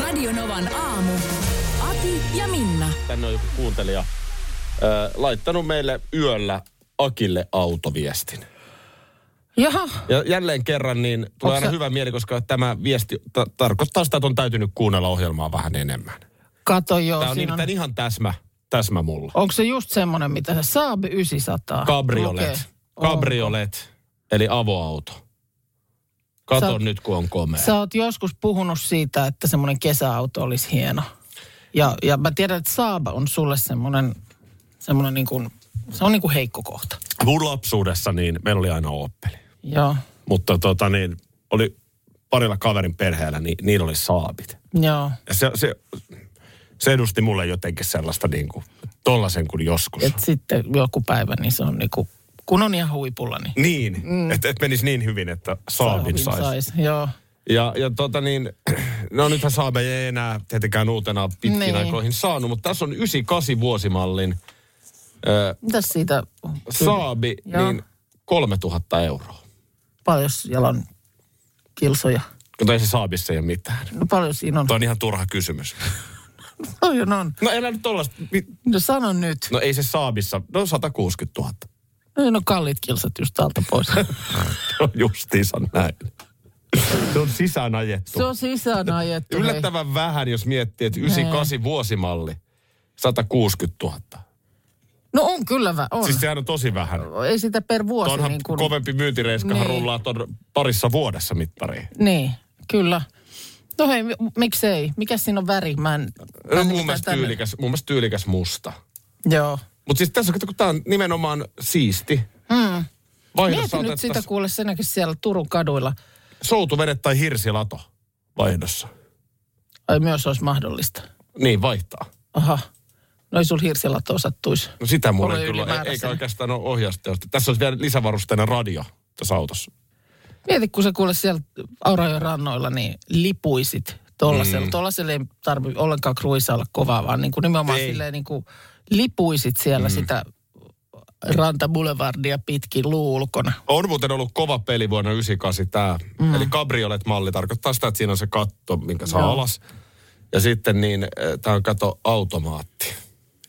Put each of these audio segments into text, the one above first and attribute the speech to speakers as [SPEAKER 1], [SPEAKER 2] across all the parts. [SPEAKER 1] Radionovan aamu. Ati ja Minna.
[SPEAKER 2] tänne on joku kuuntelija ö, laittanut meille yöllä Akille autoviestin.
[SPEAKER 3] Jaha,
[SPEAKER 2] Ja jälleen kerran niin tulee aina
[SPEAKER 3] sä-
[SPEAKER 2] hyvä mieli, koska tämä viesti ta- tarkoittaa sitä, että on täytynyt kuunnella ohjelmaa vähän enemmän.
[SPEAKER 3] kato joo.
[SPEAKER 2] Tämä on
[SPEAKER 3] No, siinä on-
[SPEAKER 2] nimittäin ihan täsmä, täsmä mulla.
[SPEAKER 3] Onko se just semmoinen, mitä se Saab 900? lukee?
[SPEAKER 2] Cabriolet.
[SPEAKER 3] On.
[SPEAKER 2] Cabriolet, eli avoauto. Kato
[SPEAKER 3] Sä-
[SPEAKER 2] nyt, kun on komea.
[SPEAKER 3] Sä oot joskus puhunut siitä, että semmoinen kesäauto olisi hieno. Ja, ja mä tiedän, että Saab on sulle semmoinen, semmoinen niin kuin, se on niin kuin heikko kohta.
[SPEAKER 2] Mun lapsuudessa niin meillä oli aina Opeli.
[SPEAKER 3] Joo,
[SPEAKER 2] Mutta tota niin, oli parilla kaverin perheellä, niin niillä oli saapit.
[SPEAKER 3] joo.
[SPEAKER 2] Ja se, se, se edusti mulle jotenkin sellaista niin kuin, tollasen kuin joskus. Et,
[SPEAKER 3] Et sitten joku päivä, niin se on niin kuin, kun on ihan huipulla, niin
[SPEAKER 2] niin, mm. että et menisi niin hyvin, että saavin saisi. Sais.
[SPEAKER 3] Joo.
[SPEAKER 2] Ja, ja tota niin, no nythän saabe ei enää tietenkään uutena pitkin niin.
[SPEAKER 3] Niin.
[SPEAKER 2] aikoihin saanut, mutta tässä on 98 vuosimallin ö,
[SPEAKER 3] Mitäs siitä
[SPEAKER 2] saabi,
[SPEAKER 3] Joo.
[SPEAKER 2] niin 3000 euroa.
[SPEAKER 3] paljon siellä on kilsoja?
[SPEAKER 2] Mutta ei se saabissa ei ole mitään.
[SPEAKER 3] No paljon siinä on.
[SPEAKER 2] Tuo on ihan turha kysymys.
[SPEAKER 3] Paljon on.
[SPEAKER 2] No elä nyt tollaista. mi-
[SPEAKER 3] No sano nyt.
[SPEAKER 2] No ei se saabissa, no 160 000.
[SPEAKER 3] No, no kalliit kilsat just täältä pois.
[SPEAKER 2] No justiinsa näin. Se on sisään ajettu.
[SPEAKER 3] Se on sisään ajettu. hei.
[SPEAKER 2] Yllättävän vähän, jos miettii, että 98 vuosimalli, 160 000.
[SPEAKER 3] No on kyllä vä- on.
[SPEAKER 2] Siis sehän on tosi vähän.
[SPEAKER 3] Ei sitä per
[SPEAKER 2] Tuo
[SPEAKER 3] vuosi
[SPEAKER 2] Onhan
[SPEAKER 3] niin kuin...
[SPEAKER 2] kovempi myyntireiskahan
[SPEAKER 3] Niin.
[SPEAKER 2] rullaa ton parissa vuodessa mittariin.
[SPEAKER 3] Niin, kyllä. No hei, mi- miksei? Mikä siinä on väri? Mä en... mä
[SPEAKER 2] No, mun,
[SPEAKER 3] en nimittäin
[SPEAKER 2] mielestä
[SPEAKER 3] tänne-
[SPEAKER 2] tyylikäs, mun mielestä tyylikäs musta.
[SPEAKER 3] Joo.
[SPEAKER 2] Mutta siis tässä, kato, kun tämä on nimenomaan siisti.
[SPEAKER 3] Mm.
[SPEAKER 2] Vaihdossa
[SPEAKER 3] Mieti nyt sitä
[SPEAKER 2] otettaisiin
[SPEAKER 3] kuule senäkin siellä Turun kaduilla.
[SPEAKER 2] soutuvedet tai hirsilato vaihdossa.
[SPEAKER 3] Ai myös olisi mahdollista.
[SPEAKER 2] Niin, vaihtaa.
[SPEAKER 3] Aha. No ei sul hirsilato sattuisi.
[SPEAKER 2] No sitä mulle kyllä,
[SPEAKER 3] Ole
[SPEAKER 2] ei,
[SPEAKER 3] ylimääräisenä.
[SPEAKER 2] eikä oikeastaan ole ohjausteosta. Tässä olisi vielä lisävarusteena radio tässä autossa.
[SPEAKER 3] Mieti, kun sä kuule siellä Aurajoen rannoilla, niin lipuisit tollasella. Mm. Tollasella ei tarvi ollenkaan kruisailla kovaa, vaan niin kuin nimenomaan
[SPEAKER 2] Ei.
[SPEAKER 3] ei. silleen niin kuin lipuisit siellä mm. sitä Ranta Boulevardia pitkin luu ulkona.
[SPEAKER 2] On muuten ollut kova peli vuonna 98 tämä. Mm. Eli kabriolet-malli tarkoittaa sitä, että siinä on se katto, minkä saa Joo.
[SPEAKER 3] Joo.
[SPEAKER 2] alas. Ja sitten niin, tämä on kato automaatti.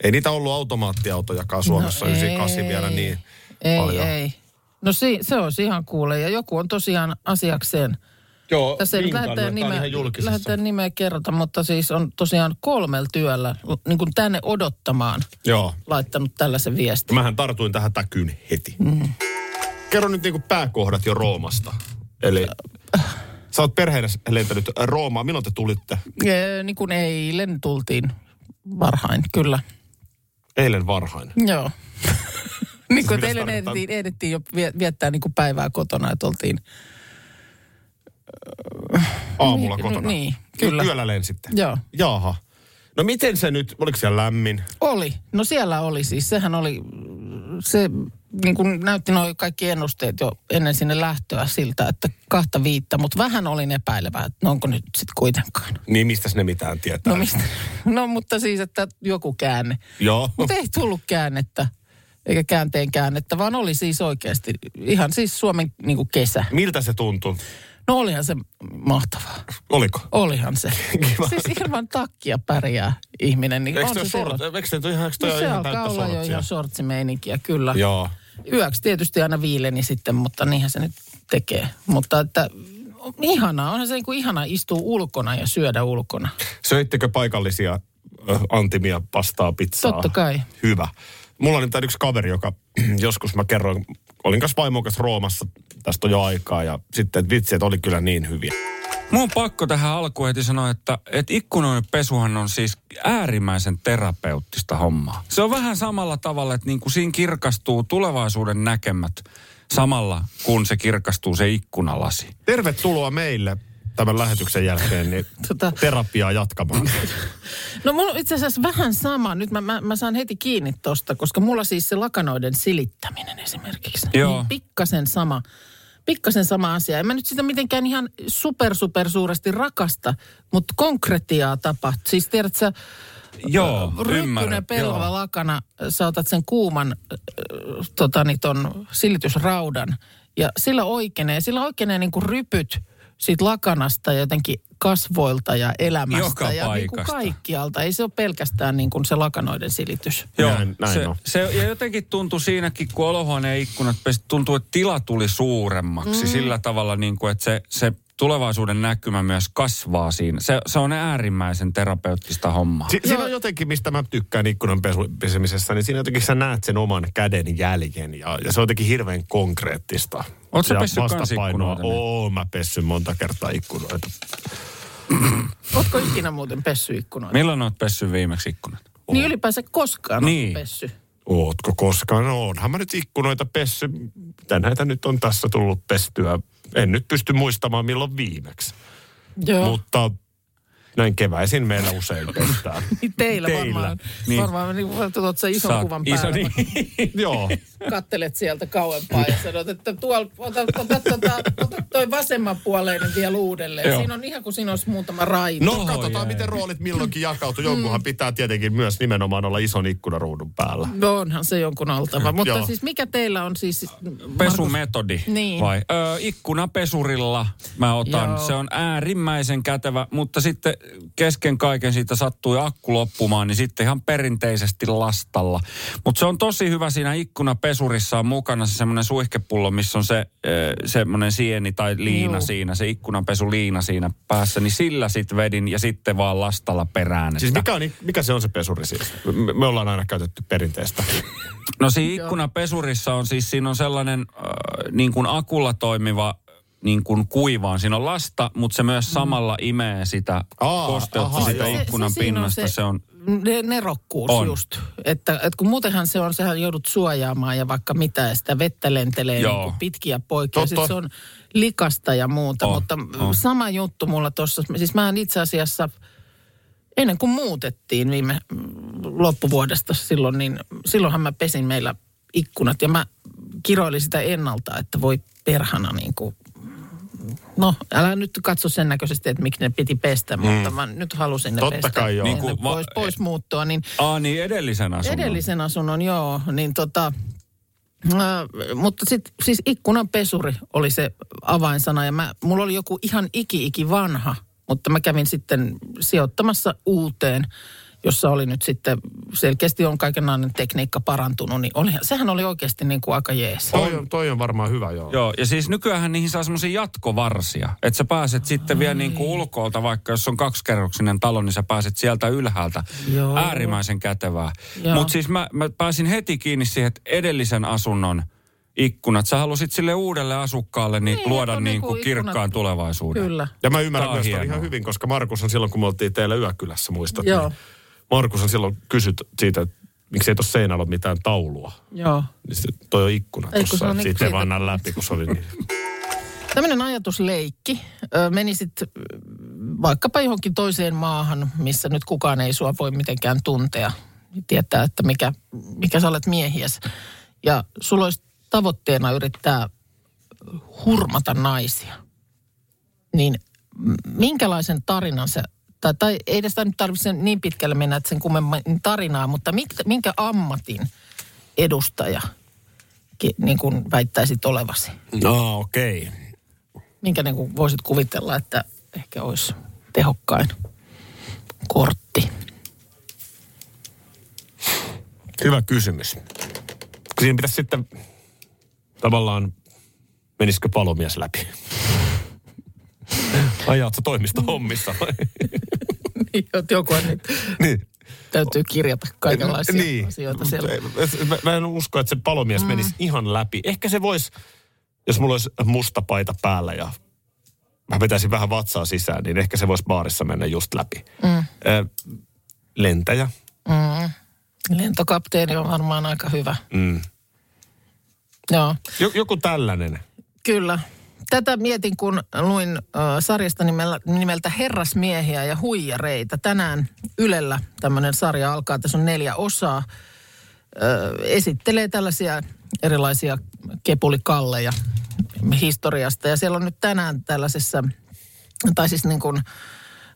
[SPEAKER 2] Ei niitä ollut automaattiautojakaan Suomessa no 98 ei. vielä niin
[SPEAKER 3] ei,
[SPEAKER 2] paljon.
[SPEAKER 3] Ei, No si, se olisi ihan kuule. Ja joku on tosiaan asiakseen.
[SPEAKER 2] Joo,
[SPEAKER 3] Tässä ei nyt lähetään nimeä, lähetään nimeä kerrota, mutta siis on tosiaan kolmella työllä niin kuin tänne odottamaan
[SPEAKER 2] Joo.
[SPEAKER 3] laittanut tällaisen viestin.
[SPEAKER 2] Mähän tartuin tähän täkyyn heti. Mm. Kerro nyt niinku pääkohdat jo Roomasta. Eli sä oot perheenä lentänyt Roomaan. Milloin te tulitte?
[SPEAKER 3] Ee, niin kuin eilen tultiin varhain, kyllä.
[SPEAKER 2] Eilen varhain.
[SPEAKER 3] Joo. niin kuin
[SPEAKER 2] Mitäs
[SPEAKER 3] eilen
[SPEAKER 2] tarkoittaa?
[SPEAKER 3] ehdittiin, ehdittiin jo vie- viettää niin kuin päivää kotona, että oltiin.
[SPEAKER 2] Aamulla
[SPEAKER 3] Niin,
[SPEAKER 2] kotona.
[SPEAKER 3] niin, kyllä.
[SPEAKER 2] Yöllä lensitte.
[SPEAKER 3] Joo.
[SPEAKER 2] Jaaha. No miten se nyt, oliko siellä lämmin?
[SPEAKER 3] Oli. No siellä oli siis. Sehän oli, se niin kuin näytti noin kaikki ennusteet jo ennen sinne lähtöä siltä, että kahta viittä, mutta vähän olin epäilevää, että no onko nyt sitten kuitenkaan.
[SPEAKER 2] Niin mistäs ne mitään tietää?
[SPEAKER 3] No mistä? No mutta siis, että joku käänne.
[SPEAKER 2] Joo.
[SPEAKER 3] Mutta ei tullut käännettä, eikä käänteen käännettä, vaan oli siis oikeasti ihan siis Suomen niin kuin kesä.
[SPEAKER 2] Miltä se tuntui?
[SPEAKER 3] No olihan se mahtavaa.
[SPEAKER 2] Oliko?
[SPEAKER 3] Olihan se.
[SPEAKER 2] Kiva.
[SPEAKER 3] siis ilman takkia pärjää ihminen. Niin
[SPEAKER 2] Eikö
[SPEAKER 3] on
[SPEAKER 2] toi
[SPEAKER 3] se
[SPEAKER 2] sort,
[SPEAKER 3] silloin-
[SPEAKER 2] eikö se toi ihan, eikö toi
[SPEAKER 3] No
[SPEAKER 2] ole
[SPEAKER 3] se
[SPEAKER 2] ihan
[SPEAKER 3] alkaa
[SPEAKER 2] täyttä
[SPEAKER 3] olla jo
[SPEAKER 2] sortsia?
[SPEAKER 3] ihan sortsimeininkiä, kyllä.
[SPEAKER 2] Joo.
[SPEAKER 3] Yöksi tietysti aina viileni sitten, mutta niinhän se nyt tekee. Mutta että ihanaa, onhan se niin kuin ihanaa istua ulkona ja syödä ulkona.
[SPEAKER 2] Söittekö paikallisia ö, antimia, pastaa, pizzaa?
[SPEAKER 3] Totta kai.
[SPEAKER 2] Hyvä. Mulla on nimittäin yksi kaveri, joka joskus mä kerroin, olin kanssa vaimon kanssa Roomassa, tästä on jo aikaa, ja sitten että vitsi, että oli kyllä niin hyviä.
[SPEAKER 4] Mun on pakko tähän alkuun heti sanoa, että, että ikkunoiden pesuhan on siis äärimmäisen terapeuttista hommaa. Se on vähän samalla tavalla, että niin kuin siinä kirkastuu tulevaisuuden näkemät samalla, kun se kirkastuu se ikkunalasi.
[SPEAKER 2] Tervetuloa meille tämän lähetyksen jälkeen niin
[SPEAKER 3] Tota-
[SPEAKER 2] terapiaa jatkamaan.
[SPEAKER 3] No mulla on itse asiassa vähän sama. Nyt mä, mä, mä saan heti kiinni tosta, koska mulla siis se lakanoiden silittäminen esimerkiksi.
[SPEAKER 4] Joo.
[SPEAKER 3] Niin pikkasen sama. Pikkasen sama asia. En mä nyt sitä mitenkään ihan super, super suuresti rakasta, mutta konkretiaa tapahtuu. Siis tiedät sä,
[SPEAKER 4] Joo,
[SPEAKER 3] ryppynen
[SPEAKER 4] ymmärrän.
[SPEAKER 3] pelva
[SPEAKER 4] Joo.
[SPEAKER 3] lakana, äh, sä otat sen kuuman äh, tota, niin ton silitysraudan ja sillä oikeenee, sillä oikeenee niin kuin rypyt siitä lakanasta ja jotenkin kasvoilta ja elämästä
[SPEAKER 4] Joka
[SPEAKER 3] ja niin kuin
[SPEAKER 4] paikasta.
[SPEAKER 3] kaikkialta. Ei se ole pelkästään niin kuin se lakanoiden silitys.
[SPEAKER 4] Joo,
[SPEAKER 2] Näin- näin
[SPEAKER 4] se,
[SPEAKER 2] on.
[SPEAKER 4] se, ja jotenkin tuntui siinäkin, kun olohuoneen ikkunat pesi, tuntuu, että tila tuli suuremmaksi mm. sillä tavalla, niin kuin, että se, se tulevaisuuden näkymä myös kasvaa siinä. Se, se on äärimmäisen terapeuttista hommaa.
[SPEAKER 2] Si- siinä on jotenkin, mistä mä tykkään ikkunan pesu- pesemisessä, niin siinä jotenkin sä näet sen oman käden jäljen ja, ja se on jotenkin hirveän konkreettista.
[SPEAKER 4] Oot sä
[SPEAKER 2] Ja
[SPEAKER 4] pessy kans
[SPEAKER 2] vastapainoa-
[SPEAKER 4] ikkunoita, niin?
[SPEAKER 2] Oon mä pessy monta kertaa ikkunoita.
[SPEAKER 3] Ootko ikinä muuten pessy ikkunoita?
[SPEAKER 4] Milloin oot pessy viimeksi ikkunat?
[SPEAKER 3] Niin ylipäänsä koskaan niin.
[SPEAKER 4] Niin.
[SPEAKER 3] oot pessy.
[SPEAKER 2] Ootko koskaan? No onhan mä nyt ikkunoita pessy. Mitä näitä nyt on tässä tullut pestyä? En nyt pysty muistamaan milloin viimeksi.
[SPEAKER 3] Joo, Mut,
[SPEAKER 2] Mutta näin keväisin meillä usein pestään.
[SPEAKER 3] niin teillä,
[SPEAKER 4] teillä.
[SPEAKER 3] varmaan.
[SPEAKER 4] Niin.
[SPEAKER 3] Niin. Varmaan niin, otat sen ison
[SPEAKER 4] Saat-
[SPEAKER 3] kuvan päälle.
[SPEAKER 4] Iso, niin.
[SPEAKER 2] Joo.
[SPEAKER 3] kattelet sieltä kauempaa ja sanot, että tuolla, ota, ota, ota, ota toi vasemmanpuoleinen vielä uudelleen.
[SPEAKER 4] Joo.
[SPEAKER 3] Siinä on ihan kuin siinä olisi muutama raita.
[SPEAKER 2] No
[SPEAKER 4] Oho,
[SPEAKER 2] katsotaan,
[SPEAKER 4] jee.
[SPEAKER 2] miten roolit milloinkin jakautuu. Jonkunhan pitää tietenkin myös nimenomaan olla ison ikkunaruudun päällä.
[SPEAKER 3] No onhan se jonkun oltava. Mutta
[SPEAKER 2] Joo.
[SPEAKER 3] siis mikä teillä on siis...
[SPEAKER 4] Pesumetodi
[SPEAKER 3] Niin.
[SPEAKER 4] vai? Ö, ikkunapesurilla mä otan.
[SPEAKER 3] Joo.
[SPEAKER 4] Joo. Se on äärimmäisen kätevä, mutta sitten kesken kaiken siitä sattui akku loppumaan, niin sitten ihan perinteisesti lastalla. Mutta se on tosi hyvä siinä ikkunapesurissa on mukana se semmoinen suihkepullo, missä on se ö, semmoinen sieni tai liina
[SPEAKER 3] Juu.
[SPEAKER 4] Juu. siinä, se ikkunanpesuliina siinä päässä, niin sillä sitten vedin ja sitten vaan lastalla perään.
[SPEAKER 2] Siis
[SPEAKER 4] että-
[SPEAKER 2] mikä, on, mikä se on se pesuri siis? Me, me ollaan aina käytetty perinteistä.
[SPEAKER 4] No siinä ikkunapesurissa on siis, siinä on sellainen äh, niin kuin akulla toimiva niin kuin kuivaan. Siinä on lasta, mutta se myös samalla imee sitä
[SPEAKER 2] Aa,
[SPEAKER 4] kosteutta
[SPEAKER 2] ahaa,
[SPEAKER 4] sitä
[SPEAKER 2] joo.
[SPEAKER 4] ikkunan
[SPEAKER 3] siinä
[SPEAKER 4] pinnasta. Se on,
[SPEAKER 3] Ne, nerokkuus on.
[SPEAKER 4] On.
[SPEAKER 3] just. Että, että kun muutenhan se on, sehän joudut suojaamaan ja vaikka mitä, ja sitä vettä lentelee
[SPEAKER 4] Joo.
[SPEAKER 3] niin kuin pitkiä poikia.
[SPEAKER 2] Totta.
[SPEAKER 3] Sitten se on likasta ja muuta,
[SPEAKER 4] On,
[SPEAKER 3] mutta
[SPEAKER 4] on.
[SPEAKER 3] sama juttu mulla tuossa. Siis mä itse asiassa, ennen kuin muutettiin viime mm, loppuvuodesta silloin, niin silloinhan mä pesin meillä ikkunat ja mä kiroilin sitä ennalta, että voi perhana niin kuin No, älä nyt katso sen näköisesti, että miksi ne piti pestä, mm. mutta mä nyt halusin ne
[SPEAKER 2] Niin. Totta
[SPEAKER 3] pestä.
[SPEAKER 2] kai joo.
[SPEAKER 3] Niin
[SPEAKER 4] Niin
[SPEAKER 3] kuin
[SPEAKER 4] kuin va-
[SPEAKER 3] pois, pois
[SPEAKER 2] e-
[SPEAKER 3] muuttoa, niin
[SPEAKER 4] aa niin, edellisen asunnon.
[SPEAKER 3] edellisen asunnon joo, niin tota, ää, mutta sitten siis ikkunanpesuri oli se avainsana ja mä, mulla oli joku ihan iki-iki vanha, mutta mä kävin sitten sijoittamassa uuteen, jossa oli nyt sitten, selkeästi on kaikenlainen tekniikka parantunut, niin olihan, sehän oli oikeasti niin kuin aika jees.
[SPEAKER 2] Toi on, toi on varmaan hyvä, joo.
[SPEAKER 4] Joo, ja siis nykyään niihin saa semmoisia jatkovarsia. Että sä pääset sitten vielä niin kuin ulkoolta, vaikka jos on kaksikerroksinen talo, niin sä pääset sieltä ylhäältä.
[SPEAKER 3] Joo.
[SPEAKER 4] Äärimmäisen kätevää.
[SPEAKER 3] Joo.
[SPEAKER 4] Mutta siis mä, mä pääsin heti kiinni siihen, että edellisen asunnon ikkunat. Sä halusit sille uudelle asukkaalle niin,
[SPEAKER 3] Niin,
[SPEAKER 4] niin
[SPEAKER 3] että
[SPEAKER 4] luoda
[SPEAKER 3] on
[SPEAKER 4] niin
[SPEAKER 3] niinku
[SPEAKER 4] kuin kirkkaan
[SPEAKER 3] ikkunat-
[SPEAKER 4] tulevaisuuden.
[SPEAKER 3] Kyllä.
[SPEAKER 2] Ja mä ymmärrän
[SPEAKER 4] Tää on
[SPEAKER 2] myös tämän
[SPEAKER 4] hienoa.
[SPEAKER 2] ihan hyvin, koska Markus on silloin, kun me oltiin teillä yökylässä, muistat?
[SPEAKER 3] Joo.
[SPEAKER 2] Niin Markus on silloin kysyt siitä, että miksi ei tuossa seinällä ole mitään taulua.
[SPEAKER 3] Joo.
[SPEAKER 2] Niin se, toi on ikkuna
[SPEAKER 3] Ei, kun se
[SPEAKER 2] tuossa,
[SPEAKER 3] on niin
[SPEAKER 2] että siitä ei
[SPEAKER 3] ikkuna.
[SPEAKER 2] vaan näe läpi, kun se oli niin.
[SPEAKER 3] Tämmöinen ajatusleikki. Ö, Menisit ö, vaikkapa johonkin toiseen maahan, missä nyt kukaan ei sua voi mitenkään tuntea. Tietää, että mikä, mikä sä olet miehiäs. Ja sulla olisi tavoitteena yrittää hurmata naisia. Niin m- minkälaisen tarinan sä, tai, tai ei edes tää nyt tarvitse niin pitkälle mennä, että sen kummemmin tarinaa, mutta mit, minkä ammatin edustaja ki- niin kuin väittäisit olevasi?
[SPEAKER 2] No okei. Okay.
[SPEAKER 3] minkä niin kuin voisit kuvitella, että ehkä olisi tehokkain kortti?
[SPEAKER 2] Hyvä kysymys. Siinä pitäisi sitten tavallaan, menisikö palomies läpi? Ajaat sä toimisto hommissa vai?
[SPEAKER 3] Niin, että joku on nyt,
[SPEAKER 2] niin.
[SPEAKER 3] täytyy kirjata kaikenlaisia
[SPEAKER 2] niin.
[SPEAKER 3] asioita
[SPEAKER 2] Mut
[SPEAKER 3] siellä.
[SPEAKER 2] ei- et- Mä, mä en usko, että se palomies mm. menisi ihan läpi. Ehkä se voisi, jos mulla olisi musta paita päällä ja mä vetäisin vähän vatsaa sisään, niin ehkä se voisi baarissa mennä just läpi. Mm. lentäjä.
[SPEAKER 3] Mm. Lentokapteeni on varmaan aika hyvä. Mm. Joo,
[SPEAKER 2] J- joku tällainen.
[SPEAKER 3] kyllä. Tätä mietin, kun luin äh, sarjasta nimellä, nimeltä Herrasmiehiä ja huijareita. Tänään Ylellä tämmöinen sarja alkaa, tässä on neljä osaa. Äh, esittelee tällaisia erilaisia kepulikalleja historiasta. Ja siellä on nyt tänään tällaisessa, tai siis niin kuin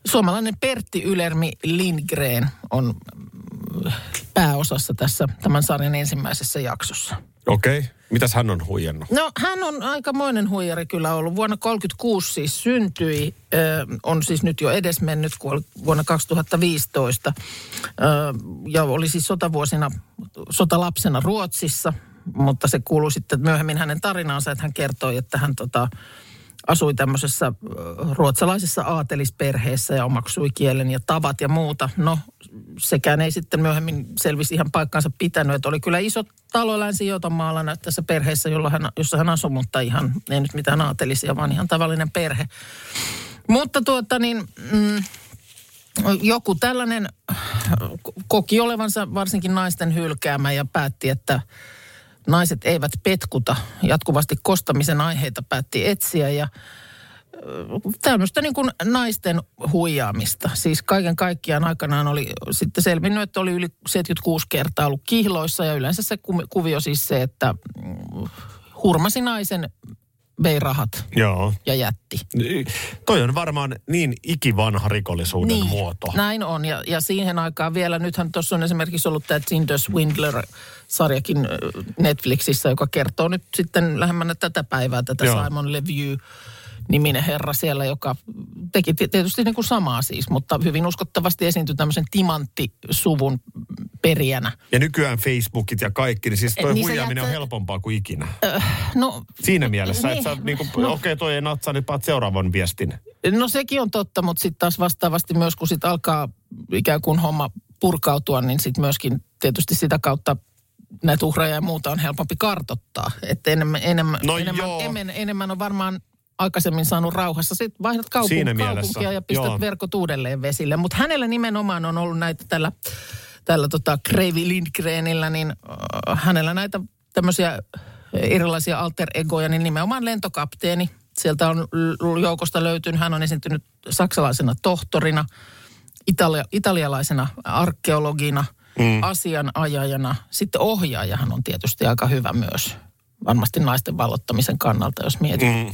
[SPEAKER 3] suomalainen Pertti Ylermi Lindgren on mm, pääosassa tässä tämän sarjan ensimmäisessä jaksossa.
[SPEAKER 2] Okei. Okay. Mitäs hän on huijannut?
[SPEAKER 3] No hän on aikamoinen huijari kyllä ollut. Vuonna 36 siis syntyi, ö, on siis nyt jo edesmennyt kuoli vuonna 2015. Ö, ja oli siis sotavuosina, sotalapsena Ruotsissa, mutta se kuuluu sitten myöhemmin hänen tarinaansa, että hän kertoi, että hän tota, asui tämmöisessä ö, ruotsalaisessa aatelisperheessä ja omaksui kielen ja tavat ja muuta. No sekään ei sitten myöhemmin selvisi ihan paikkaansa pitänyt. Että oli kyllä iso talo länsi maalla tässä perheessä, jolla hän, jossa hän asui, mutta ihan, ei nyt mitään aatelisia, vaan ihan tavallinen perhe. Mutta tuota niin, mm, joku tällainen koki olevansa varsinkin naisten hylkäämä ja päätti, että naiset eivät petkuta. Jatkuvasti kostamisen aiheita päätti etsiä ja tämmöistä niin kuin naisten huijaamista. Siis kaiken kaikkiaan aikanaan oli sitten selvinnyt, että oli yli 76 kertaa ollut kihloissa ja yleensä se ku- kuvio siis se, että mm, hurmasi naisen, vei rahat
[SPEAKER 2] Joo.
[SPEAKER 3] ja jätti.
[SPEAKER 2] Niin, Toi on varmaan niin ikivanha rikollisuuden
[SPEAKER 3] Niin,
[SPEAKER 2] muoto.
[SPEAKER 3] Näin on. Ja, ja siihen aikaan vielä, nythän tuossa on esimerkiksi ollut tämä Tinder Swindler-sarjakin ö, Netflixissä, joka kertoo nyt sitten lähemmänä tätä päivää, tätä
[SPEAKER 2] Joo.
[SPEAKER 3] Joo. Simon Levy niminen herra siellä, joka teki ti- tietysti niin kuin samaa siis, mutta hyvin uskottavasti esiintyi tämmöisen timanttisuvun perijänä.
[SPEAKER 2] Ja nykyään Facebookit ja kaikki, niin siis toi
[SPEAKER 3] Et
[SPEAKER 2] niin
[SPEAKER 3] niin se
[SPEAKER 2] huijaaminen
[SPEAKER 3] jättää-
[SPEAKER 2] on helpompaa kuin ikinä.
[SPEAKER 3] No,
[SPEAKER 2] Siinä mielessä, että sä
[SPEAKER 3] niin.
[SPEAKER 2] niin okei okay, toi ei natsaa, niin paat seuraavan viestin.
[SPEAKER 3] No sekin on totta, mutta sitten taas vastaavasti myös, kun sit alkaa ikään kuin homma purkautua, niin sitten myöskin tietysti sitä kautta näitä uhreja ja muuta on helpompi kartottaa. Että enemmän, enemmän,
[SPEAKER 2] No
[SPEAKER 3] enemmän,
[SPEAKER 2] joo.
[SPEAKER 3] enemmän, enemmän on varmaan aikaisemmin saanut rauhassa. Sitten vaihdat kaupun,
[SPEAKER 2] Siinä mielessä,
[SPEAKER 3] kaupunkia ja pistät
[SPEAKER 2] joo.
[SPEAKER 3] joo. verkot uudelleen vesille. Mutta hänellä nimenomaan on ollut näitä tällä, tällä tota Kreivi Lindgrenillä, niin äh, hänellä näitä tämmöisiä äh, erilaisia alter egoja, niin nimenomaan lentokapteeni. Sieltä on l- joukosta löytynyt, hän on esiintynyt saksalaisena tohtorina, italia, italialaisena arkeologina, mm. asianajajana. Sitten ohjaajahan on tietysti aika hyvä myös, varmasti naisten vallottamisen kannalta, jos mietit mm.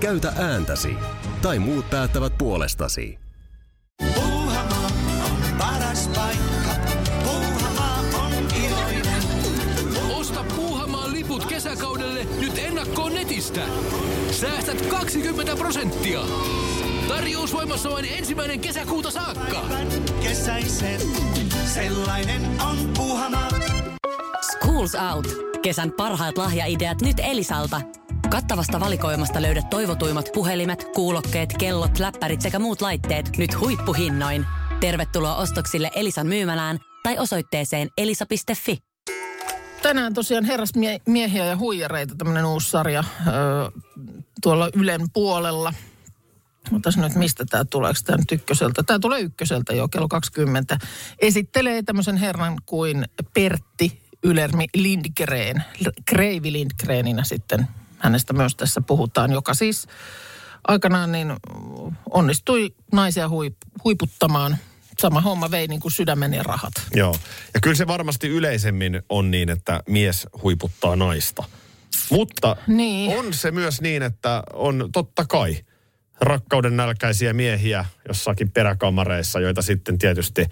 [SPEAKER 5] Käytä ääntäsi. Tai muut päättävät puolestasi.
[SPEAKER 6] Puuhamaa on paras paikka. Puuhamaa on iloinen.
[SPEAKER 7] Osta Puuhamaan liput kesäkaudelle nyt ennakkoon netistä. Säästät 20 prosenttia. Tarjous voimassa vain ensimmäinen kesäkuuta saakka.
[SPEAKER 6] Kesäisen. Sellainen on Puuhamaa.
[SPEAKER 8] Schools Out. Kesän parhaat lahjaideat nyt Elisalta. Kattavasta valikoimasta löydät toivotuimmat puhelimet, kuulokkeet, kellot, läppärit sekä muut laitteet nyt huippuhinnoin. Tervetuloa ostoksille Elisan myymälään tai osoitteeseen elisa.fi.
[SPEAKER 3] tänään tosiaan herrasmiehiä ja huijareita, tämmöinen uusi sarja öö, tuolla Ylen puolella. Mutta nyt mistä tämä tulee, Onks tämä nyt ykköseltä? Tämä tulee ykköseltä jo kello 20. Esittelee tämmöisen herran kuin Pertti Ylermi Lindgren, L- Kreivi Lindgreninä sitten. Hänestä myös tässä puhutaan, joka siis aikanaan niin mm, onnistui naisia huip, huiputtamaan. Sama homma vei niin kuin sydämen ja rahat.
[SPEAKER 2] Joo. Ja kyllä se varmasti yleisemmin on niin, että mies huiputtaa naista. Mutta
[SPEAKER 3] Niin.
[SPEAKER 2] on se myös niin, että on totta kai rakkauden nälkäisiä miehiä jossakin peräkamareissa, joita sitten tietysti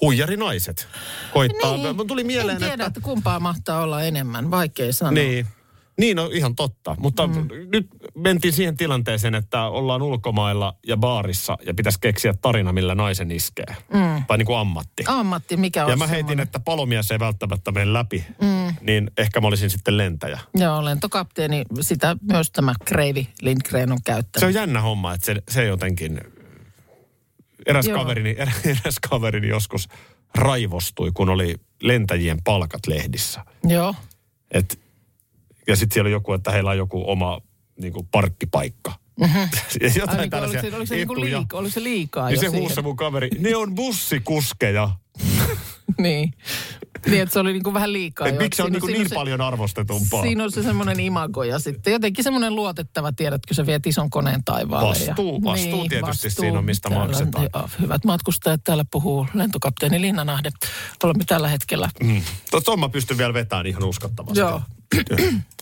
[SPEAKER 2] huijarinaiset koittaa. Mun tuli mieleen,
[SPEAKER 3] Niin. en tiedä, että...
[SPEAKER 2] että...
[SPEAKER 3] kumpaa mahtaa olla enemmän, vaikea sanoa.
[SPEAKER 2] Niin. Niin, no ihan totta. Mutta mm. nyt mentiin siihen tilanteeseen, että ollaan ulkomailla ja baarissa ja pitäisi keksiä tarina, millä naisen iskee. Mm. Tai niin kuin ammatti.
[SPEAKER 3] Ammatti, mikä on
[SPEAKER 2] ja mä heitin,
[SPEAKER 3] semmoinen?
[SPEAKER 2] että palomies ei välttämättä mene läpi, mm. niin ehkä mä olisin sitten lentäjä.
[SPEAKER 3] Joo, lentokapteeni, sitä myös tämä Kreivi Lindgren on
[SPEAKER 2] Se
[SPEAKER 3] käyttänyt.
[SPEAKER 2] on jännä homma, että se, se jotenkin... Eräs
[SPEAKER 3] Joo.
[SPEAKER 2] kaverini, erä- eräs kaverini joskus raivostui, kun oli lentäjien palkat lehdissä.
[SPEAKER 3] Joo,
[SPEAKER 2] Et, ja sitten siellä oli joku, että heillä on joku oma niin kuin parkkipaikka. Mm-hmm. Jotain
[SPEAKER 3] Mhm. Ai, niin, oliko,
[SPEAKER 2] tällaisia
[SPEAKER 3] se, oliko, se niinku
[SPEAKER 2] etuja.
[SPEAKER 3] liik, oliko se liikaa
[SPEAKER 2] Niin se
[SPEAKER 3] jo siihen?
[SPEAKER 2] huussa mun kaveri, ne on bussikuskeja.
[SPEAKER 3] Niin. niin, että se oli niinku vähän liikaa
[SPEAKER 2] Et
[SPEAKER 3] jo.
[SPEAKER 2] miksi se on
[SPEAKER 3] Siinä-
[SPEAKER 2] niin, kuin
[SPEAKER 3] siinä
[SPEAKER 2] niin
[SPEAKER 3] se-
[SPEAKER 2] paljon arvostetumpaa?
[SPEAKER 3] Siinä on se semmoinen imago ja sitten jotenkin semmoinen luotettava, tiedätkö, sä viet ison koneen taivaalle.
[SPEAKER 2] Vastuu-
[SPEAKER 3] ja, Niin,
[SPEAKER 2] vastuu tietysti siinä on, mistä maksetaan.
[SPEAKER 3] Joo, hyvät matkustajat, täällä puhuu lentokapteeni Linnanahde. Olemme tällä hetkellä.
[SPEAKER 2] Mm. Tuo- Tuon mä pystyn vielä vetämään ihan uskottavasti.
[SPEAKER 3] Joo.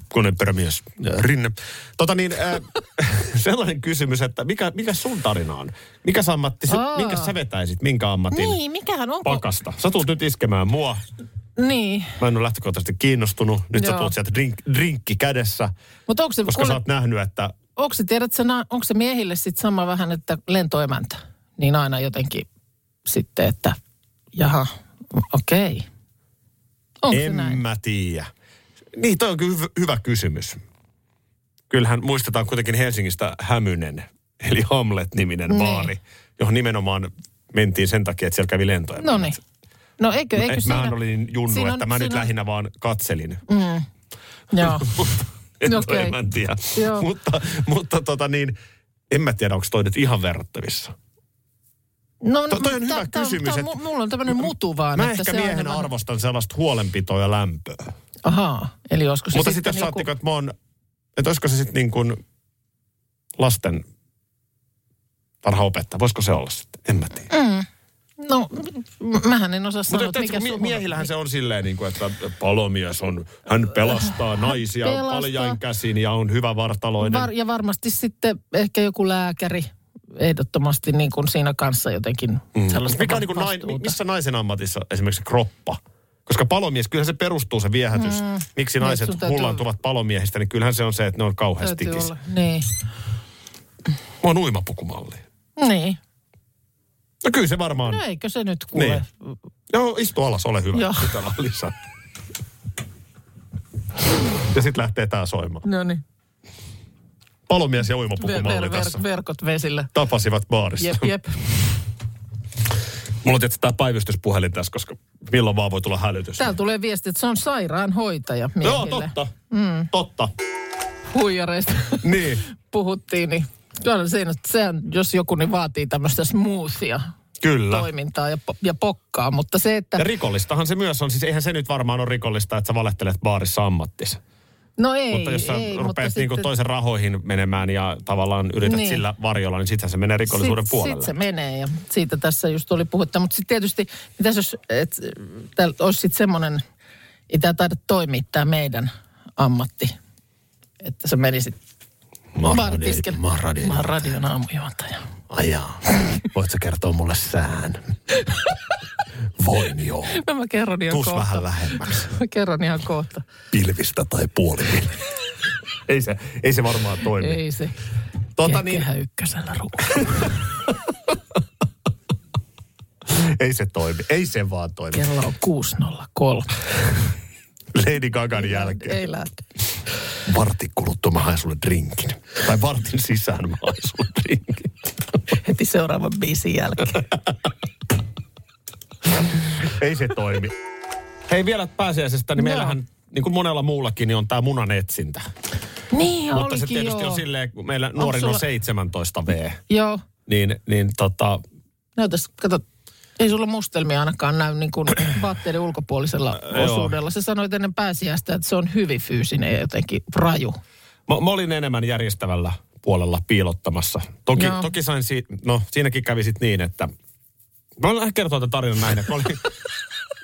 [SPEAKER 2] Koneperämies ja Rinne. Tota niin, äh, sellainen kysymys, että mikä, mikä sun tarina on? Mikä sä ammatti, sä,
[SPEAKER 3] Aa.
[SPEAKER 2] minkä sä vetäisit, minkä ammatin
[SPEAKER 3] Niin, mikähän on?
[SPEAKER 2] pakasta? Sä tulet nyt iskemään mua.
[SPEAKER 3] Niin,
[SPEAKER 2] Mä en ole lähtökohtaisesti kiinnostunut. Nyt Joo. sä
[SPEAKER 3] Joo.
[SPEAKER 2] tulet sieltä drink, drinkki kädessä,
[SPEAKER 3] mutta onko se,
[SPEAKER 2] koska sä oot nähnyt, että
[SPEAKER 3] onko se, tiedät, sä, na- onko se miehille sitten sama vähän, että lentoemäntä? Niin aina jotenkin sitten, että jaha, okei. Onko se
[SPEAKER 2] en
[SPEAKER 3] näin?
[SPEAKER 2] mä tiedä. Niin, toi on kyllä hyv- hyvä kysymys. Kyllähän muistetaan kuitenkin Helsingistä Hämynen, eli Hamlet-niminen
[SPEAKER 3] Niin.
[SPEAKER 2] baari, johon nimenomaan mentiin sen takia, että siellä kävi lentoja.
[SPEAKER 3] No niin. No eikö, eikö
[SPEAKER 2] Eh,
[SPEAKER 3] siinä...
[SPEAKER 2] Mähän olin junnu,
[SPEAKER 3] siinä
[SPEAKER 2] on,
[SPEAKER 3] on-
[SPEAKER 2] että mä nyt
[SPEAKER 3] siinä on-
[SPEAKER 2] lähinnä vaan katselin.
[SPEAKER 3] Joo.
[SPEAKER 2] En,
[SPEAKER 3] Okei.
[SPEAKER 2] okay. en tiedä.
[SPEAKER 3] Joo.
[SPEAKER 2] mutta mutta tota niin, en mä tiedä, onko toi nyt ihan verrattavissa.
[SPEAKER 3] No,
[SPEAKER 2] To- toi on hyvä
[SPEAKER 3] tää-
[SPEAKER 2] kysymys,
[SPEAKER 3] tää-
[SPEAKER 2] et-
[SPEAKER 3] mu- Mulla on tämmöinen mutu vaan.
[SPEAKER 2] Mä
[SPEAKER 3] että
[SPEAKER 2] ehkä
[SPEAKER 3] se aina
[SPEAKER 2] miehen
[SPEAKER 3] vähän-
[SPEAKER 2] arvostan sellaista huolenpitoa ja lämpöä.
[SPEAKER 3] Ahaa, eli olisiko se
[SPEAKER 2] Mutta sitten jos
[SPEAKER 3] joku-
[SPEAKER 2] saattiko, että mä oon, että olisiko se sitten niin kuin lasten tarhaopettaja, voisiko se olla sitten? En mä tiedä. Mm,
[SPEAKER 3] No, m- mähän en osaa sanoa,
[SPEAKER 2] Mutta
[SPEAKER 3] että
[SPEAKER 2] niinku- teetkö,
[SPEAKER 3] mikä
[SPEAKER 2] mie-
[SPEAKER 3] sun...
[SPEAKER 2] miehillähän se on silleen, niin kuin, että palomies on, hän pelastaa naisia
[SPEAKER 3] Äh, pelastaa.
[SPEAKER 2] paljain käsin ja on hyvä vartaloinen.
[SPEAKER 3] Var, ja varmasti sitten ehkä joku lääkäri ehdottomasti niin kuin siinä kanssa jotenkin mm.
[SPEAKER 2] Mut
[SPEAKER 3] sellaista
[SPEAKER 2] Mikä on niin kuin nain, mi-
[SPEAKER 3] vastuuta.
[SPEAKER 2] missä naisen ammatissa esimerkiksi kroppa? Koska palomies, kyllähän se perustuu se viehätys. Mm. Miksi
[SPEAKER 3] Niin,
[SPEAKER 2] naiset
[SPEAKER 3] sun täytyy-
[SPEAKER 2] hullantuvat palomiehistä, niin kyllähän se on se, että ne on kauheasti.
[SPEAKER 3] Täytyy olla.
[SPEAKER 2] Mä
[SPEAKER 3] Niin.
[SPEAKER 2] oon uimapukumalli.
[SPEAKER 3] niin.
[SPEAKER 2] No kyllä se varmaan.
[SPEAKER 3] No eikö se nyt kuule? Niin.
[SPEAKER 2] Joo, istu alas, ole hyvä. Joo.
[SPEAKER 3] Joo.
[SPEAKER 2] Täällä on lisää. Ja sitten lähtee tää soimaan.
[SPEAKER 3] No niin.
[SPEAKER 2] Palomies ja
[SPEAKER 3] Ver,
[SPEAKER 2] uimapukumalli
[SPEAKER 3] ver, ver,
[SPEAKER 2] tässä.
[SPEAKER 3] verkot vesillä.
[SPEAKER 2] Tapasivat baarissa.
[SPEAKER 3] Jep, jep.
[SPEAKER 2] Mulla on tietysti tää päivystyspuhelin tässä, koska milloin vaan voi tulla hälytys.
[SPEAKER 3] Täällä tulee viesti, että se on sairaanhoitaja miehille.
[SPEAKER 2] Joo, totta. Mm. Totta.
[SPEAKER 3] Huijareista
[SPEAKER 2] Niin.
[SPEAKER 3] puhuttiin, niin kyllä siinä, sehän, jos joku, niin vaatii tämmöistä smoothia
[SPEAKER 2] Kyllä.
[SPEAKER 3] toimintaa ja, po- ja pokkaa, mutta se, että...
[SPEAKER 2] Ja rikollistahan se myös on. Siis eihän se nyt varmaan ole rikollista, että sä valehtelet baarissa ammattis.
[SPEAKER 3] No ei,
[SPEAKER 2] mutta jos sä
[SPEAKER 3] ei,
[SPEAKER 2] rupeat
[SPEAKER 3] mutta
[SPEAKER 2] niinku
[SPEAKER 3] sitten-
[SPEAKER 2] toisen rahoihin menemään ja tavallaan yrität
[SPEAKER 3] Niin.
[SPEAKER 2] sillä varjolla, niin sittenhän se menee rikollisuuden
[SPEAKER 3] sit,
[SPEAKER 2] puolelle.
[SPEAKER 3] Sit se menee ja siitä tässä just oli puhetta. Mutta sitten tietysti, mitäs jos et, täällä olisi sitten semmoinen, ei tämä taida toimia tämä meidän ammatti, että sä menisit baaritiskelle.
[SPEAKER 2] Mä oon radio-
[SPEAKER 3] Mä oon radion aamujuontaja.
[SPEAKER 2] Ajaa. Voitko kertoa mulle sään? Voin joo.
[SPEAKER 3] No mä kerron ihan
[SPEAKER 2] Tuus
[SPEAKER 3] kohta.
[SPEAKER 2] vähän lähemmäksi.
[SPEAKER 3] Mä kerron ihan kohta.
[SPEAKER 2] Pilvistä tai puolipilvistä. ei, se, ei se varmaan toimi.
[SPEAKER 3] Ei se.
[SPEAKER 2] tota
[SPEAKER 3] Tota
[SPEAKER 2] niin,
[SPEAKER 3] Kehä ykkösellä ruukku.
[SPEAKER 2] ei se toimi. Ei se vaan toimi.
[SPEAKER 3] Kello on 6.03.
[SPEAKER 2] Lady Gagan jälkeen.
[SPEAKER 3] Ei lähde.
[SPEAKER 2] Vartin kuluttua mä haen sulle drinkin. Tai vartin sisään mä haen sulle drinkin.
[SPEAKER 3] Heti seuraavan biisin jälkeen.
[SPEAKER 2] Ei se toimi. Hei vielä pääsiäisestä, niin
[SPEAKER 3] Joo.
[SPEAKER 2] meillähän niin kuin monella muullakin niin on tämä munan etsintä.
[SPEAKER 3] niin
[SPEAKER 2] Mutta se tietysti
[SPEAKER 3] joo.
[SPEAKER 2] on silleen, kun meillä nuorin on
[SPEAKER 3] sulla-
[SPEAKER 2] 17 V,
[SPEAKER 3] Joo.
[SPEAKER 2] niin, niin tota,
[SPEAKER 3] Näytäs, kato, ei sulla mustelmia ainakaan näy niin kuin vaatteiden ulkopuolisella
[SPEAKER 2] Äh, Joo.
[SPEAKER 3] osuudella. Sä sanoit ennen pääsiäistä, että se on hyvin fyysinen ja jotenkin raju.
[SPEAKER 2] Mä, mä olin enemmän järjestävällä puolella piilottamassa. Toki, no.
[SPEAKER 3] Joo.
[SPEAKER 2] toki sain, si- no siinäkin kävi sit niin, että... Mä voin lähteä kertoa tämän tarinan näin, että mä olin...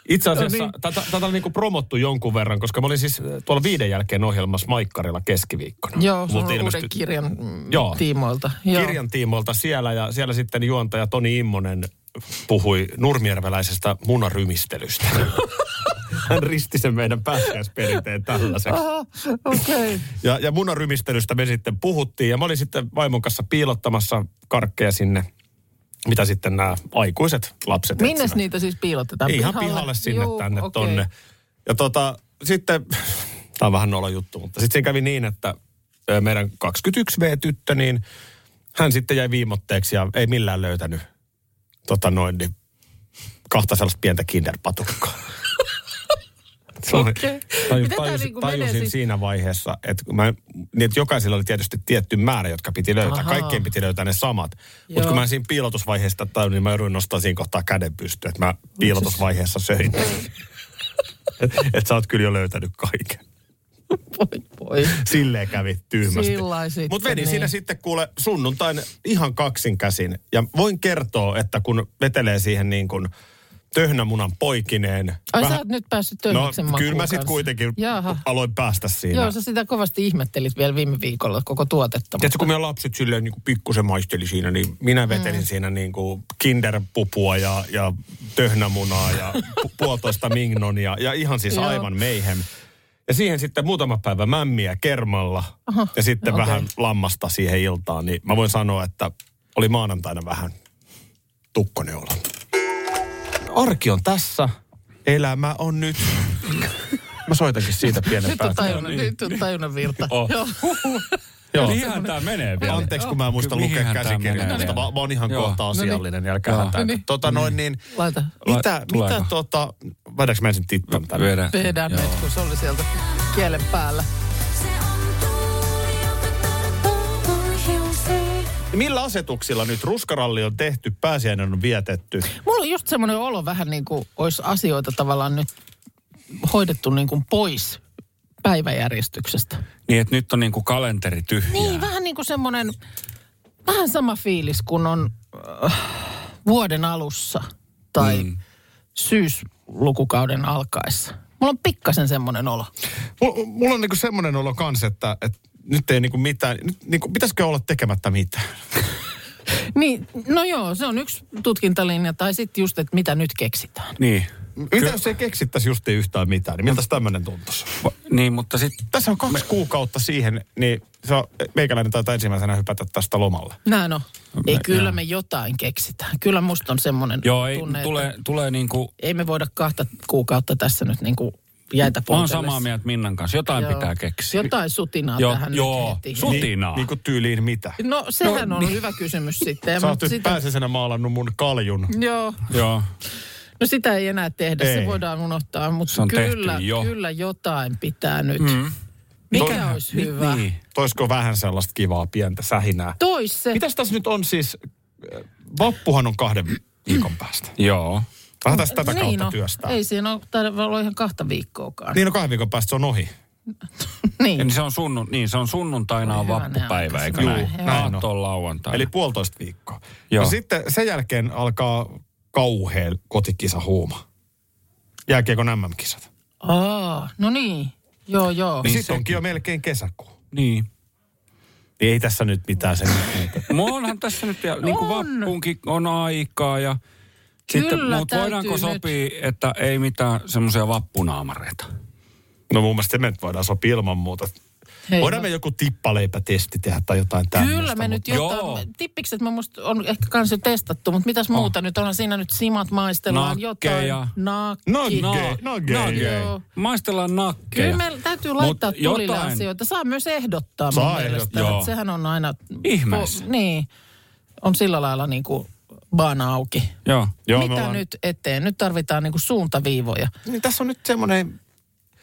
[SPEAKER 2] Itse asiassa no niin.
[SPEAKER 3] No niin.
[SPEAKER 2] tätä, tätä on niinku promottu jonkun verran, koska mä olin siis äh, tuolla viiden jälkeen ohjelmassa Maikkarilla keskiviikkona.
[SPEAKER 3] Joo, sun
[SPEAKER 2] Multa
[SPEAKER 3] uuden
[SPEAKER 2] ilmestyi
[SPEAKER 3] kirjan mm,
[SPEAKER 2] Joo.
[SPEAKER 3] tiimoilta. Joo.
[SPEAKER 2] kirjan tiimoilta siellä ja siellä sitten juontaja Toni Immonen puhui nurmijärveläisestä munarymistelystä. Hän risti sen meidän pääsiäisperinteen tällaiseksi.
[SPEAKER 3] Okei. Okay.
[SPEAKER 2] Ja, ja munarymistelystä me sitten puhuttiin ja mä olin sitten vaimon kanssa piilottamassa karkkeja sinne, mitä sitten nämä aikuiset lapset
[SPEAKER 3] Minnes
[SPEAKER 2] etsivät.
[SPEAKER 3] niitä siis piilotetaan?
[SPEAKER 2] Ihan pihalle, sinne
[SPEAKER 3] Juu,
[SPEAKER 2] tänne
[SPEAKER 3] okei.
[SPEAKER 2] tonne. Ja tota, sitten, tämä on vähän nolla juttu, mutta sitten siinä kävi niin, että ö, meidän 21V-tyttö, niin hän sitten jäi viimotteeksi ja ei millään löytänyt tota noin, niin kahta sellaista pientä kinderpatukkaa. Se oli-
[SPEAKER 3] Okei.
[SPEAKER 2] Tajun,
[SPEAKER 3] Miten tää
[SPEAKER 2] tajusin,
[SPEAKER 3] niinku menee
[SPEAKER 2] tajusin
[SPEAKER 3] siis-
[SPEAKER 2] siinä vaiheessa, että, kun mä, niin että jokaisella oli tietysti tietty määrä, jotka piti löytää.
[SPEAKER 3] Ahaa.
[SPEAKER 2] Kaikkien niin piti löytää ne samat. Mutta
[SPEAKER 3] Joo.
[SPEAKER 2] kun mä siinä piilotusvaiheessa tajun, niin mä jouduin nostaa siinä kohtaa käden pystyyn, että mä piilotusvaiheessa söin. että et sä oot kyllä jo löytänyt kaiken.
[SPEAKER 3] Voi, voi.
[SPEAKER 2] Silleen kävi tyhmästi.
[SPEAKER 3] Sillain sitten,
[SPEAKER 2] Mutta veni
[SPEAKER 3] niin.
[SPEAKER 2] siinä sitten kuule sunnuntain ihan kaksin käsin. Ja voin kertoa, että kun vetelee siihen niin kuin töhnämunan poikineen.
[SPEAKER 3] Ai
[SPEAKER 2] vähän-
[SPEAKER 3] sä oot nyt päässyt
[SPEAKER 2] No
[SPEAKER 3] tönnäksen makuun
[SPEAKER 2] kyllä mä sitten
[SPEAKER 3] kanssa.
[SPEAKER 2] kuitenkin
[SPEAKER 3] Jaha.
[SPEAKER 2] aloin päästä siinä.
[SPEAKER 3] Joo, sä sitä kovasti ihmettelit vielä viime viikolla koko tuotetta.
[SPEAKER 2] Tiedätkö, kun meidän lapset silleen niin kuin pikkusen maisteli siinä, niin minä vetelin mm. siinä niin kuin kinderpupua ja, ja töhnämunaa ja pu- puolitoista mignonia ja ihan siis
[SPEAKER 3] Joo.
[SPEAKER 2] aivan meihem. Ja siihen sitten muutama päivä mämmiä kermalla Aha, ja sitten okay.
[SPEAKER 3] okei.
[SPEAKER 2] vähän lammasta siihen iltaan, niin mä voin sanoa, että oli maanantaina vähän tukkoneula. Arki on tässä, elämä on nyt. Mä soitankin siitä pienen
[SPEAKER 3] Nyt on
[SPEAKER 2] pätkän.
[SPEAKER 3] tajunnan, nyt on tajunnan virta.
[SPEAKER 4] Oh.
[SPEAKER 3] Joo.
[SPEAKER 2] Joo.
[SPEAKER 4] Mihinhän tämä menee vielä?
[SPEAKER 2] Anteeksi, kun mä en muista
[SPEAKER 4] Mihinhän
[SPEAKER 2] lukea
[SPEAKER 4] tää menee?
[SPEAKER 2] käsikirjoitusta. Mä, mä oon ihan
[SPEAKER 4] Joo.
[SPEAKER 2] kohta
[SPEAKER 4] No
[SPEAKER 3] niin.
[SPEAKER 2] asiallinen, älkää
[SPEAKER 4] Joo.
[SPEAKER 2] hätää.
[SPEAKER 3] No niin.
[SPEAKER 2] Tota noin niin,
[SPEAKER 3] Laita.
[SPEAKER 2] mitä,
[SPEAKER 4] La- tuleeko?
[SPEAKER 2] mitä tota, vedäks mä ensin tippan tänne?
[SPEAKER 4] Vedä.
[SPEAKER 3] Vedän
[SPEAKER 4] Joo.
[SPEAKER 3] nyt, kun se oli sieltä kielen päällä.
[SPEAKER 2] Millä asetuksilla nyt ruskaralli on tehty, pääsiäinen on vietetty?
[SPEAKER 3] Mulla on just semmoinen olo vähän niin kuin olisi asioita tavallaan nyt hoidettu niin kuin pois päiväjärjestyksestä.
[SPEAKER 4] Niin, että nyt on niinku kalenteri tyhjää.
[SPEAKER 3] Niin, vähän niin kuin semmoinen, vähän sama fiilis kuin on äh, vuoden alussa tai mm. syyslukukauden alkaessa. Mulla on pikkasen semmoinen olo.
[SPEAKER 2] Mulla, mulla on niinku semmoinen olo kans, että, että nyt ei niinku mitään, nyt niinku, pitäisikö olla tekemättä mitään?
[SPEAKER 3] Niin, no joo, se on yksi tutkintalinja. Tai sitten just, että mitä nyt keksitään.
[SPEAKER 4] Niin.
[SPEAKER 2] Mitä jos ei keksittäisi just yhtään mitään, niin miltäs tämmöinen tuntuisi?
[SPEAKER 4] Va- Niin, mutta sitten
[SPEAKER 2] Tässä on kaksi Me... kuukautta siihen, niin se on, meikäläinen taitaa ensimmäisenä hypätä tästä lomalle.
[SPEAKER 3] Näin on. Ei,
[SPEAKER 4] Mä-
[SPEAKER 3] kyllä
[SPEAKER 4] joo.
[SPEAKER 3] me jotain keksitään. Kyllä musta on semmoinen
[SPEAKER 4] joo, ei,
[SPEAKER 3] tunne,
[SPEAKER 4] tulee,
[SPEAKER 3] että
[SPEAKER 4] tulee niinku...
[SPEAKER 3] ei me voida kahta kuukautta tässä nyt niin kuin jäitä
[SPEAKER 4] Mä oon
[SPEAKER 3] poltellessa.
[SPEAKER 4] samaa mieltä Minnan kanssa. Jotain
[SPEAKER 3] Joo.
[SPEAKER 4] pitää keksiä.
[SPEAKER 3] Jotain sutinaa
[SPEAKER 4] Joo,
[SPEAKER 3] tähän
[SPEAKER 4] joo.
[SPEAKER 3] nyt heti.
[SPEAKER 4] Su- Putinaa.
[SPEAKER 2] Niin, niin kuin tyyliin mitä?
[SPEAKER 3] No sehän no, on niin. hyvä kysymys sitten.
[SPEAKER 2] Sä oot
[SPEAKER 3] mutta
[SPEAKER 2] nyt pääsiäisenä maalannut mun kaljun.
[SPEAKER 3] Joo,
[SPEAKER 4] Joo.
[SPEAKER 3] no sitä ei enää tehdä, ei.
[SPEAKER 2] Ei.
[SPEAKER 3] se voidaan unohtaa,
[SPEAKER 4] Se
[SPEAKER 3] mutta
[SPEAKER 4] on tehty
[SPEAKER 3] kyllä,
[SPEAKER 4] jo.
[SPEAKER 3] kyllä jotain pitää nyt. Mm. Mikä
[SPEAKER 2] Toi-
[SPEAKER 3] olisi hyvä? Niin.
[SPEAKER 4] Niin.
[SPEAKER 2] Toisko vähän sellaista kivaa pientä sähinää?
[SPEAKER 3] Tois se.
[SPEAKER 2] Mitäs tässä nyt on siis? äh, Vappuhan on kahden viikon päästä.
[SPEAKER 4] Joo.
[SPEAKER 2] Vähän tässä tätä
[SPEAKER 3] niin
[SPEAKER 2] kautta
[SPEAKER 3] no,
[SPEAKER 2] työstää.
[SPEAKER 3] Ei siinä ole, täällä voi olla ihan kahta viikkoakaan.
[SPEAKER 2] Niin no kahden viikon päästä se on ohi.
[SPEAKER 3] Niin.
[SPEAKER 4] Niin se on, sunnun, niin, se on sunnuntaina on
[SPEAKER 3] Hyvä
[SPEAKER 4] vappupäivä,
[SPEAKER 3] ne
[SPEAKER 4] eikö
[SPEAKER 3] alkaa.
[SPEAKER 4] näin?
[SPEAKER 2] Juu, näin on.
[SPEAKER 4] Aatto on lauantaina.
[SPEAKER 2] Eli puolitoista viikkoa.
[SPEAKER 4] Joo.
[SPEAKER 2] No sitten sen jälkeen alkaa kauhea kotikisahuuma. Jääkiekon MM-kisat.
[SPEAKER 3] Aa, no niin. Joo, joo.
[SPEAKER 2] Niin
[SPEAKER 4] Niin
[SPEAKER 2] sitten onkin
[SPEAKER 4] sekin.
[SPEAKER 2] jo melkein kesäkuu.
[SPEAKER 4] Niin.
[SPEAKER 2] Niin Ei tässä nyt mitään sen.
[SPEAKER 4] Mua onhan tässä nyt, ja, niin kuin
[SPEAKER 3] On.
[SPEAKER 4] vappuunkin on aikaa ja... Sitten,
[SPEAKER 3] Kyllä,
[SPEAKER 4] mut
[SPEAKER 3] täytyy
[SPEAKER 4] voidaanko
[SPEAKER 3] nyt.
[SPEAKER 4] sopii, että ei mitään semmoisia vappunaamareita?
[SPEAKER 2] no mun mielestä se me nyt voidaan sopia ilman muuta.
[SPEAKER 3] Hei,
[SPEAKER 2] Voidaan
[SPEAKER 3] mä-
[SPEAKER 2] me joku tippaleipätesti tehdä tai jotain tämmöistä.
[SPEAKER 3] Kyllä me nyt
[SPEAKER 4] Joo.
[SPEAKER 3] jotain, tippikset mä musta on ehkä kans jo testattu, mutta mitäs muuta nyt, onhan siinä nyt simat maistellaan,
[SPEAKER 4] Nakkeja.
[SPEAKER 3] jotain, nakki.
[SPEAKER 2] Nugget.
[SPEAKER 4] Nage-
[SPEAKER 3] no,
[SPEAKER 2] Nage.
[SPEAKER 4] nage.
[SPEAKER 3] Joo.
[SPEAKER 4] No, Maistellaan nakkeja.
[SPEAKER 3] Kyllä meillä täytyy laittaa
[SPEAKER 4] Mut
[SPEAKER 3] tulille
[SPEAKER 4] jotain.
[SPEAKER 3] asioita. Saa myös ehdottaa
[SPEAKER 2] Saa
[SPEAKER 3] mun mielestä.
[SPEAKER 2] ehdottaa.
[SPEAKER 3] Että
[SPEAKER 4] Joo.
[SPEAKER 3] Sehän on aina...
[SPEAKER 4] Ihmeessä.
[SPEAKER 3] Po, niin. On sillä lailla niin kuin baana auki.
[SPEAKER 4] Joo.
[SPEAKER 2] Joo, me
[SPEAKER 3] Mitä
[SPEAKER 2] ollaan-
[SPEAKER 3] nyt eteen? Nyt tarvitaan niin kuin suuntaviivoja.
[SPEAKER 2] Niin tässä on nyt semmoinen,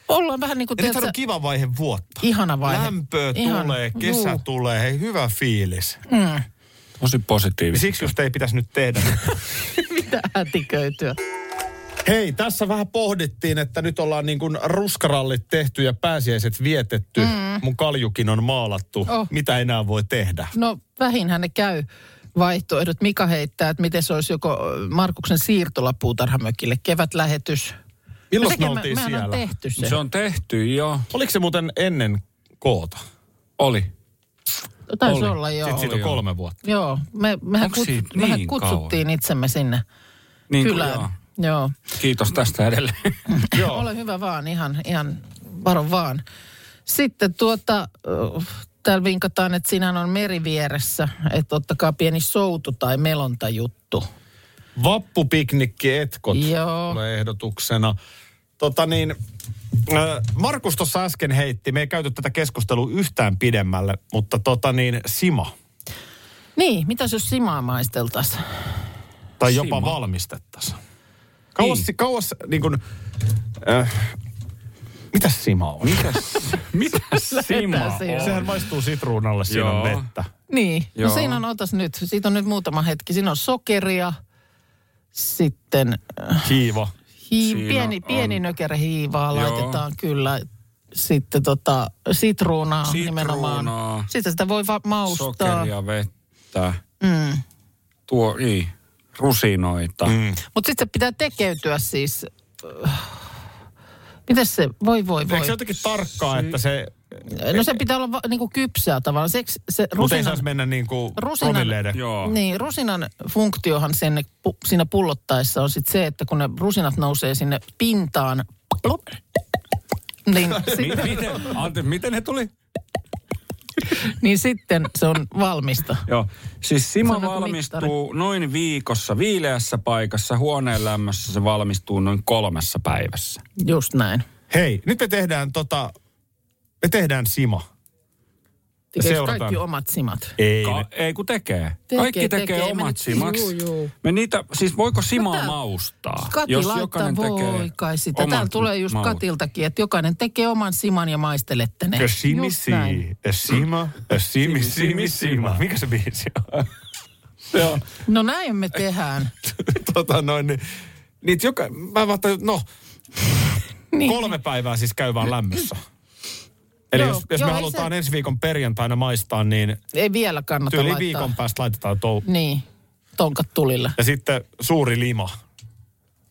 [SPEAKER 3] Ollaan vähän niin kuin...
[SPEAKER 2] ja nyt on kiva vaihe vuotta.
[SPEAKER 3] ihana vaihe.
[SPEAKER 2] Lämpöä
[SPEAKER 3] Ihan-
[SPEAKER 2] tulee, kesä
[SPEAKER 3] juu.
[SPEAKER 2] tulee, hei, hyvä fiilis.
[SPEAKER 4] Tosi
[SPEAKER 2] Ja
[SPEAKER 4] positiivista.
[SPEAKER 2] Siksi just ei pitäisi nyt tehdä.
[SPEAKER 3] Mitä hätiköityä.
[SPEAKER 2] hei, tässä vähän pohdittiin, että nyt ollaan niin kuin ruskarallit tehty ja pääsiäiset vietetty. Mm. Mun kaljukin on maalattu. Oh.
[SPEAKER 3] Oh.
[SPEAKER 2] Mitä enää voi tehdä?
[SPEAKER 3] No vähinhän ne käy vaihtoehdot. Mika heittää, että miten se olisi joko Markuksen siirtolapuutarhamökille kevätlähetys.
[SPEAKER 2] Milloin
[SPEAKER 3] Sekin
[SPEAKER 2] me
[SPEAKER 3] me-
[SPEAKER 2] oltiin
[SPEAKER 3] mehän on
[SPEAKER 2] siellä?
[SPEAKER 3] tehty se.
[SPEAKER 4] Se on tehty jo.
[SPEAKER 2] Oliko se muuten ennen koota?
[SPEAKER 4] Oli.
[SPEAKER 3] Taisi
[SPEAKER 4] oli.
[SPEAKER 3] olla, joo.
[SPEAKER 2] Sitten siitä on
[SPEAKER 4] oli, joo.
[SPEAKER 2] kolme vuotta.
[SPEAKER 3] Joo, me, mehän,
[SPEAKER 4] Onks
[SPEAKER 3] kut,
[SPEAKER 4] siitä
[SPEAKER 3] mehän
[SPEAKER 4] niin
[SPEAKER 3] kutsuttiin itsemme sinne
[SPEAKER 4] Niin kuin,
[SPEAKER 3] Kyllä.
[SPEAKER 4] joo.
[SPEAKER 3] Joo.
[SPEAKER 4] Kiitos tästä edelleen.
[SPEAKER 3] Joo. Ole hyvä vaan, ihan, ihan varo vaan. Sitten tuota, äh, täällä vinkataan, että sinä on meri vieressä, että ottakaa pieni soutu tai melonta juttu.
[SPEAKER 2] Vappupiknikki etkot
[SPEAKER 3] Joo.
[SPEAKER 2] tulee ehdotuksena. Tota niin, ö, Markus tuossa äsken heitti, me ei käyty tätä keskustelua yhtään pidemmälle, mutta tota niin, sima.
[SPEAKER 3] Niin, mitäs jos simaa maisteltaisiin?
[SPEAKER 2] Tai jopa valmistettaisiin. Kauas, niin. kauas niin kuin, äh, mitäs sima on?
[SPEAKER 4] Mitä Sima
[SPEAKER 3] Lähetään siihen.
[SPEAKER 4] on?
[SPEAKER 2] Sehän maistuu sitruunalle, siinä
[SPEAKER 4] Joo.
[SPEAKER 2] on vettä.
[SPEAKER 3] Niin, Joo.
[SPEAKER 4] Joo.
[SPEAKER 3] no siinä on, otas nyt, siitä on nyt muutama hetki. Siinä on sokeria, sitten äh,
[SPEAKER 2] Hiiva.
[SPEAKER 4] Siinä
[SPEAKER 3] hii, pieni, pieni
[SPEAKER 4] on-
[SPEAKER 3] nökerä hiivaa
[SPEAKER 4] Joo.
[SPEAKER 3] laitetaan kyllä. Sitten tota, sitruunaa,
[SPEAKER 4] Sitruunaa.
[SPEAKER 3] nimenomaan. Sitten sitä voi va- maustaa.
[SPEAKER 4] Sokeria, vettä. Mm. Tuo, ei, rusinoita. Mm.
[SPEAKER 3] Mutta sitten se pitää tekeytyä siis... Mitäs se? Voi voi voi.
[SPEAKER 2] Eikö se jotenkin tarkkaa, että se,
[SPEAKER 3] No se pitää olla va, niinku kypsää tavallaan. Se, se
[SPEAKER 2] mutta ei
[SPEAKER 3] rusinan,
[SPEAKER 2] saisi mennä niin kuin
[SPEAKER 3] Rusinan-
[SPEAKER 2] promilleiden.
[SPEAKER 4] Joo.
[SPEAKER 3] niin, rusinan funktiohan sinne, pu, siinä pullottaessa on sit se, että kun ne rusinat nousee sinne pintaan, plop, niin, sit,
[SPEAKER 4] Miten, anteeksi, miten ne tuli?
[SPEAKER 3] niin sitten se on valmista.
[SPEAKER 4] Joo. Siis
[SPEAKER 3] Se
[SPEAKER 4] Sima
[SPEAKER 3] on joku
[SPEAKER 4] valmistuu noin viikossa viileässä paikassa. Huoneen lämmössä se valmistuu noin kolmessa päivässä.
[SPEAKER 3] Just näin.
[SPEAKER 2] Hei, nyt me tehdään tota, me tehdään sima.
[SPEAKER 3] Tekeekö
[SPEAKER 2] Seurataan.
[SPEAKER 3] kaikki omat simat?
[SPEAKER 2] Ei.
[SPEAKER 4] Ka- ei kun tekee. tekee Kaikki tekee, tekee
[SPEAKER 3] tekee. Me
[SPEAKER 4] omat
[SPEAKER 3] nyt-
[SPEAKER 4] simaks.
[SPEAKER 3] juu, juu.
[SPEAKER 4] Me niitä, siis voiko Simaa
[SPEAKER 3] tää-
[SPEAKER 4] maustaa?
[SPEAKER 3] Kati
[SPEAKER 4] jos
[SPEAKER 3] laittaa,
[SPEAKER 4] jokainen
[SPEAKER 3] voi
[SPEAKER 4] tekee
[SPEAKER 3] kai sitä.
[SPEAKER 4] omat
[SPEAKER 3] Täällä tulee just
[SPEAKER 4] maut.
[SPEAKER 3] Katiltakin, että jokainen tekee oman siman ja maistelette ne. Just näin.
[SPEAKER 2] Simisi, sima, simi, simi, sima. Mikä se biisi on? se on,
[SPEAKER 3] No näin me tehdään.
[SPEAKER 2] tota noin, niin, niitä joka, mä vaan tajun, no,
[SPEAKER 3] Niin.
[SPEAKER 2] kolme päivää siis käy vaan lämmössä. Eli
[SPEAKER 3] Joo,
[SPEAKER 2] jos, jos
[SPEAKER 3] joo,
[SPEAKER 2] me
[SPEAKER 3] ei
[SPEAKER 2] halutaan
[SPEAKER 3] se-
[SPEAKER 2] ensi viikon perjantaina maistaa, niin
[SPEAKER 3] Ei vielä kannata
[SPEAKER 2] tyyli
[SPEAKER 3] laittaa.
[SPEAKER 2] viikon päästä laitetaan tou.
[SPEAKER 3] Niin, tonkat tulille.
[SPEAKER 2] Ja sitten suuri lima.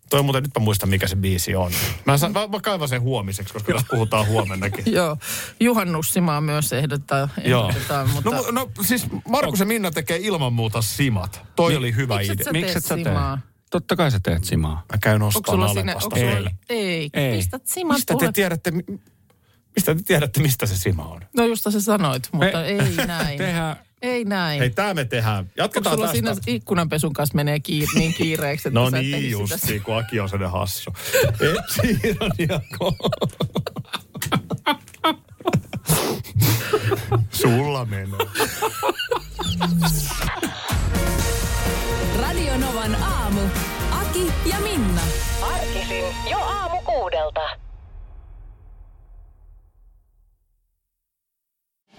[SPEAKER 2] Toi on muuten, nyt mä muistan mikä se biisi on. Mä, saan, mä, mä kaivan sen huomiseksi, koska tässä puhutaan huomennakin.
[SPEAKER 3] Joo, juhannussimaa myös ehdotetaan,
[SPEAKER 2] Joo.
[SPEAKER 3] ehdotetaan Tota, mutta...
[SPEAKER 2] No, mu- no siis Markus ja Minna tekee ilman muuta simat. Toi oli hyvä
[SPEAKER 3] Miksi Niin. et
[SPEAKER 2] idea.
[SPEAKER 3] sä
[SPEAKER 4] Miksi et sä
[SPEAKER 3] tee
[SPEAKER 4] tee?
[SPEAKER 3] simaa?
[SPEAKER 4] Totta kai sä teet Simaa.
[SPEAKER 2] Mä käyn
[SPEAKER 3] Onko
[SPEAKER 2] ostamaan
[SPEAKER 3] sulla sinne...
[SPEAKER 2] alempasta
[SPEAKER 3] Onko sulla,
[SPEAKER 2] teille.
[SPEAKER 3] ei,
[SPEAKER 4] Ei.
[SPEAKER 3] ei, pistät siman
[SPEAKER 2] Mistä te
[SPEAKER 3] tulet-
[SPEAKER 2] tiedätte, mi- mistä te tiedätte, mistä se sima on?
[SPEAKER 3] No just sä sanoit, mutta
[SPEAKER 4] Me-
[SPEAKER 3] ei näin.
[SPEAKER 4] Tehdään
[SPEAKER 3] Ei näin.
[SPEAKER 2] Hei, tää me tehdään.
[SPEAKER 3] Onko
[SPEAKER 2] Jatketaan
[SPEAKER 3] sulla
[SPEAKER 2] tästä.
[SPEAKER 3] siinä ikkunanpesun kanssa menee kiir- niin kiireeksi, että
[SPEAKER 2] No
[SPEAKER 3] sä et tehnyt
[SPEAKER 2] niin,
[SPEAKER 3] sitä
[SPEAKER 2] justi, kun Aki on sellainen hassu. Et siinä on jako. Sulla menee.
[SPEAKER 1] Radio Novan aamu. Aki ja Minna.
[SPEAKER 9] Arkisin jo aamu kuudelta.